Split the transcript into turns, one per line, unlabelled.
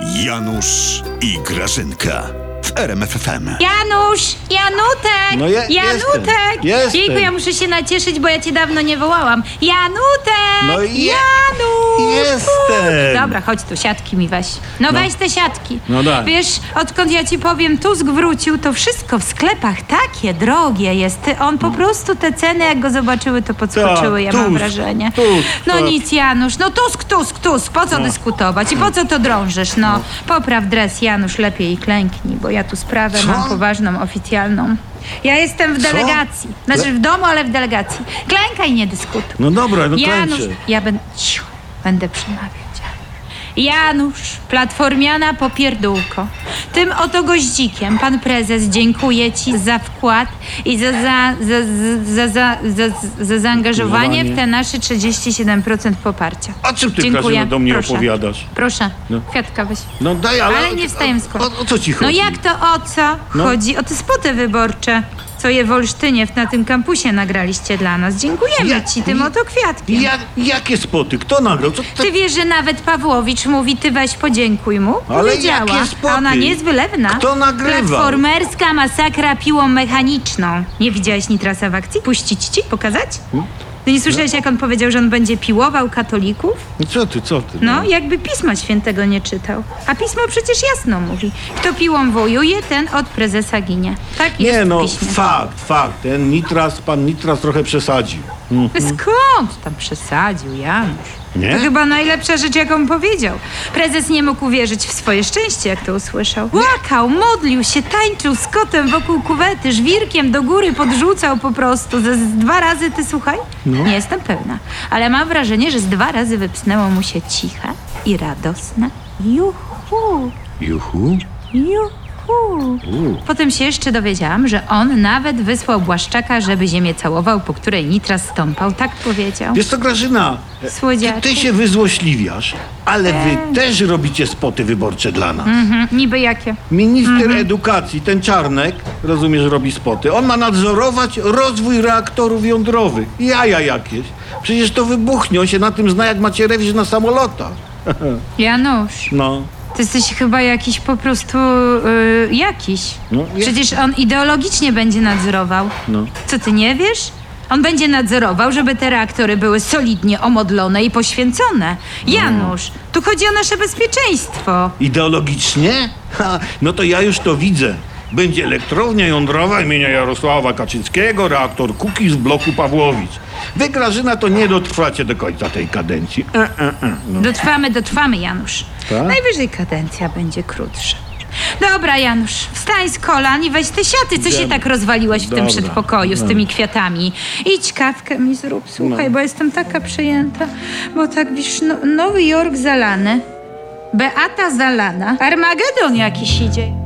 Janusz i Grażynka w RMFFM.
Janusz! Janutek!
No je-
Janutek!
jestem, jestem.
Jejku, ja muszę się nacieszyć, bo ja cię dawno nie wołałam. Janutek!
No i je-
Janusz!
jestem.
Dobra, chodź tu, siatki mi weź. No, weź te siatki.
No daj.
Wiesz, odkąd ja ci powiem, Tusk wrócił, to wszystko w sklepach takie drogie jest. Ty- On po prostu te ceny, jak go zobaczyły, to podskoczyły, ja mam
No. Tak, Tusk,
wrażenie.
Tusk,
no
tak. No.
nic, Janusz, no Tusk, Tusk, Tusk, po co dyskutować i po co to drążysz? No, popraw dres, Janusz, lepiej i klęknij, bo ja tu sprawę
Co?
mam poważną, oficjalną. Ja jestem w
Co?
delegacji. Znaczy w domu, ale w delegacji. Klękaj, nie dyskutuj.
No dobra, no
Janusz,
klęczę.
ja będę, ciu, będę przemawiać. Janusz, platformiana popierdółko. Tym oto goździkiem pan prezes dziękuję ci za wkład i za, za, za, za, za, za, za, za zaangażowanie w te nasze 37% poparcia.
A czym ty,
Dziękuję.
Grażyna, do mnie
Proszę.
opowiadasz?
Proszę,
No.
kwiatka weź.
No daj, ale...
Ale nie wstaję z
o,
kolan.
o co ci
No
chodzi?
jak to o co
No.
chodzi? O te spoty wyborcze, co je w Olsztynie w- na tym kampusie nagraliście dla nas. Dziękujemy
Ja-
ci tym
ja-
oto kwiatkiem.
Ja, jakie spoty? Kto nagrał? Co ty...
Ty wiesz, że nawet Pawłowicz mówi, ty weź podziękuj mu?
Ale
Powiedziała.
jakie spoty?
A Ona nie jest wylewna.
Kto nagrywał?
Platformerska masakra piłą mechaniczną. Nie widziałeś Nitrasa w akcji? Puścić ci? Pokazać?
No.
Ty nie słyszałeś, jak on powiedział, że on będzie piłował katolików?
No Co ty, co ty?
No, jakby Pisma Świętego nie czytał. A Pismo przecież jasno mówi. Kto piłą wojuje, ten od prezesa ginie. Tak jest
Nie
w
no,
Piśmie.
fakt, fakt. Ten Nitras, pan Nitras trochę przesadził.
Skąd tam przesadził Janusz?
Nie?
To chyba najlepsza rzecz, jaką powiedział. Prezes nie mógł uwierzyć w swoje szczęście, jak to usłyszał. Łakał, modlił się, tańczył z kotem wokół kuwety, żwirkiem do góry podrzucał po prostu. Ze, z dwa razy, ty słuchaj?
No.
Nie jestem pewna, ale mam wrażenie, że z dwa razy wypsnęło mu się ciche i radosne. Juhu!
Juhu.
Juhu.
U.
Potem się jeszcze dowiedziałam, że on nawet wysłał Błaszczaka, żeby ziemię całował, po której Nitra stąpał. Tak powiedział.
Wiesz co, Grażyna, e,
Słodziaczku.
ty, ty się wyzłośliwiasz, ale wy też robicie spoty wyborcze dla nas.
Tak. Mhm, niby jakie?
Minister edukacji, ten Czarnek, rozumiesz, robi spoty. On ma nadzorować rozwój reaktorów jądrowych. Jaja jakieś. Przecież to wybuchnie, on się na tym zna, jak macie rewizję na samolotach.
Janusz,
No.
ty jesteś chyba jakiś po prostu y, jakiś.
No, jest.
Przecież on ideologicznie będzie nadzorował.
No.
Co ty nie wiesz? On będzie nadzorował, żeby te reaktory były solidnie omodlone i poświęcone.
No.
Janusz, tu chodzi o nasze bezpieczeństwo.
Ideologicznie? Ha, no to ja już to widzę. Będzie elektrownia jądrowa imienia Jarosława Kaczyńskiego, reaktor Kukiz w bloku Pawłowic. Wy, Grażyna, to nie dotrwacie do końca tej kadencji. E, e, e.
Dotrwamy, dotrwamy, Janusz.
Tak?
Najwyżej kadencja będzie krótsza. Dobra, Janusz, wstań z kolan i weź te siaty, co się
Idziemy.
tak rozwaliłeś w tym
Dobra. No.
przedpokoju z tymi kwiatami. Idź kawkę mi zrób, słuchaj, bo jestem taka przejęta, bo tak wiesz, no, Nowy Jork zalany, Beata zalana, Armagedon jakiś idzie.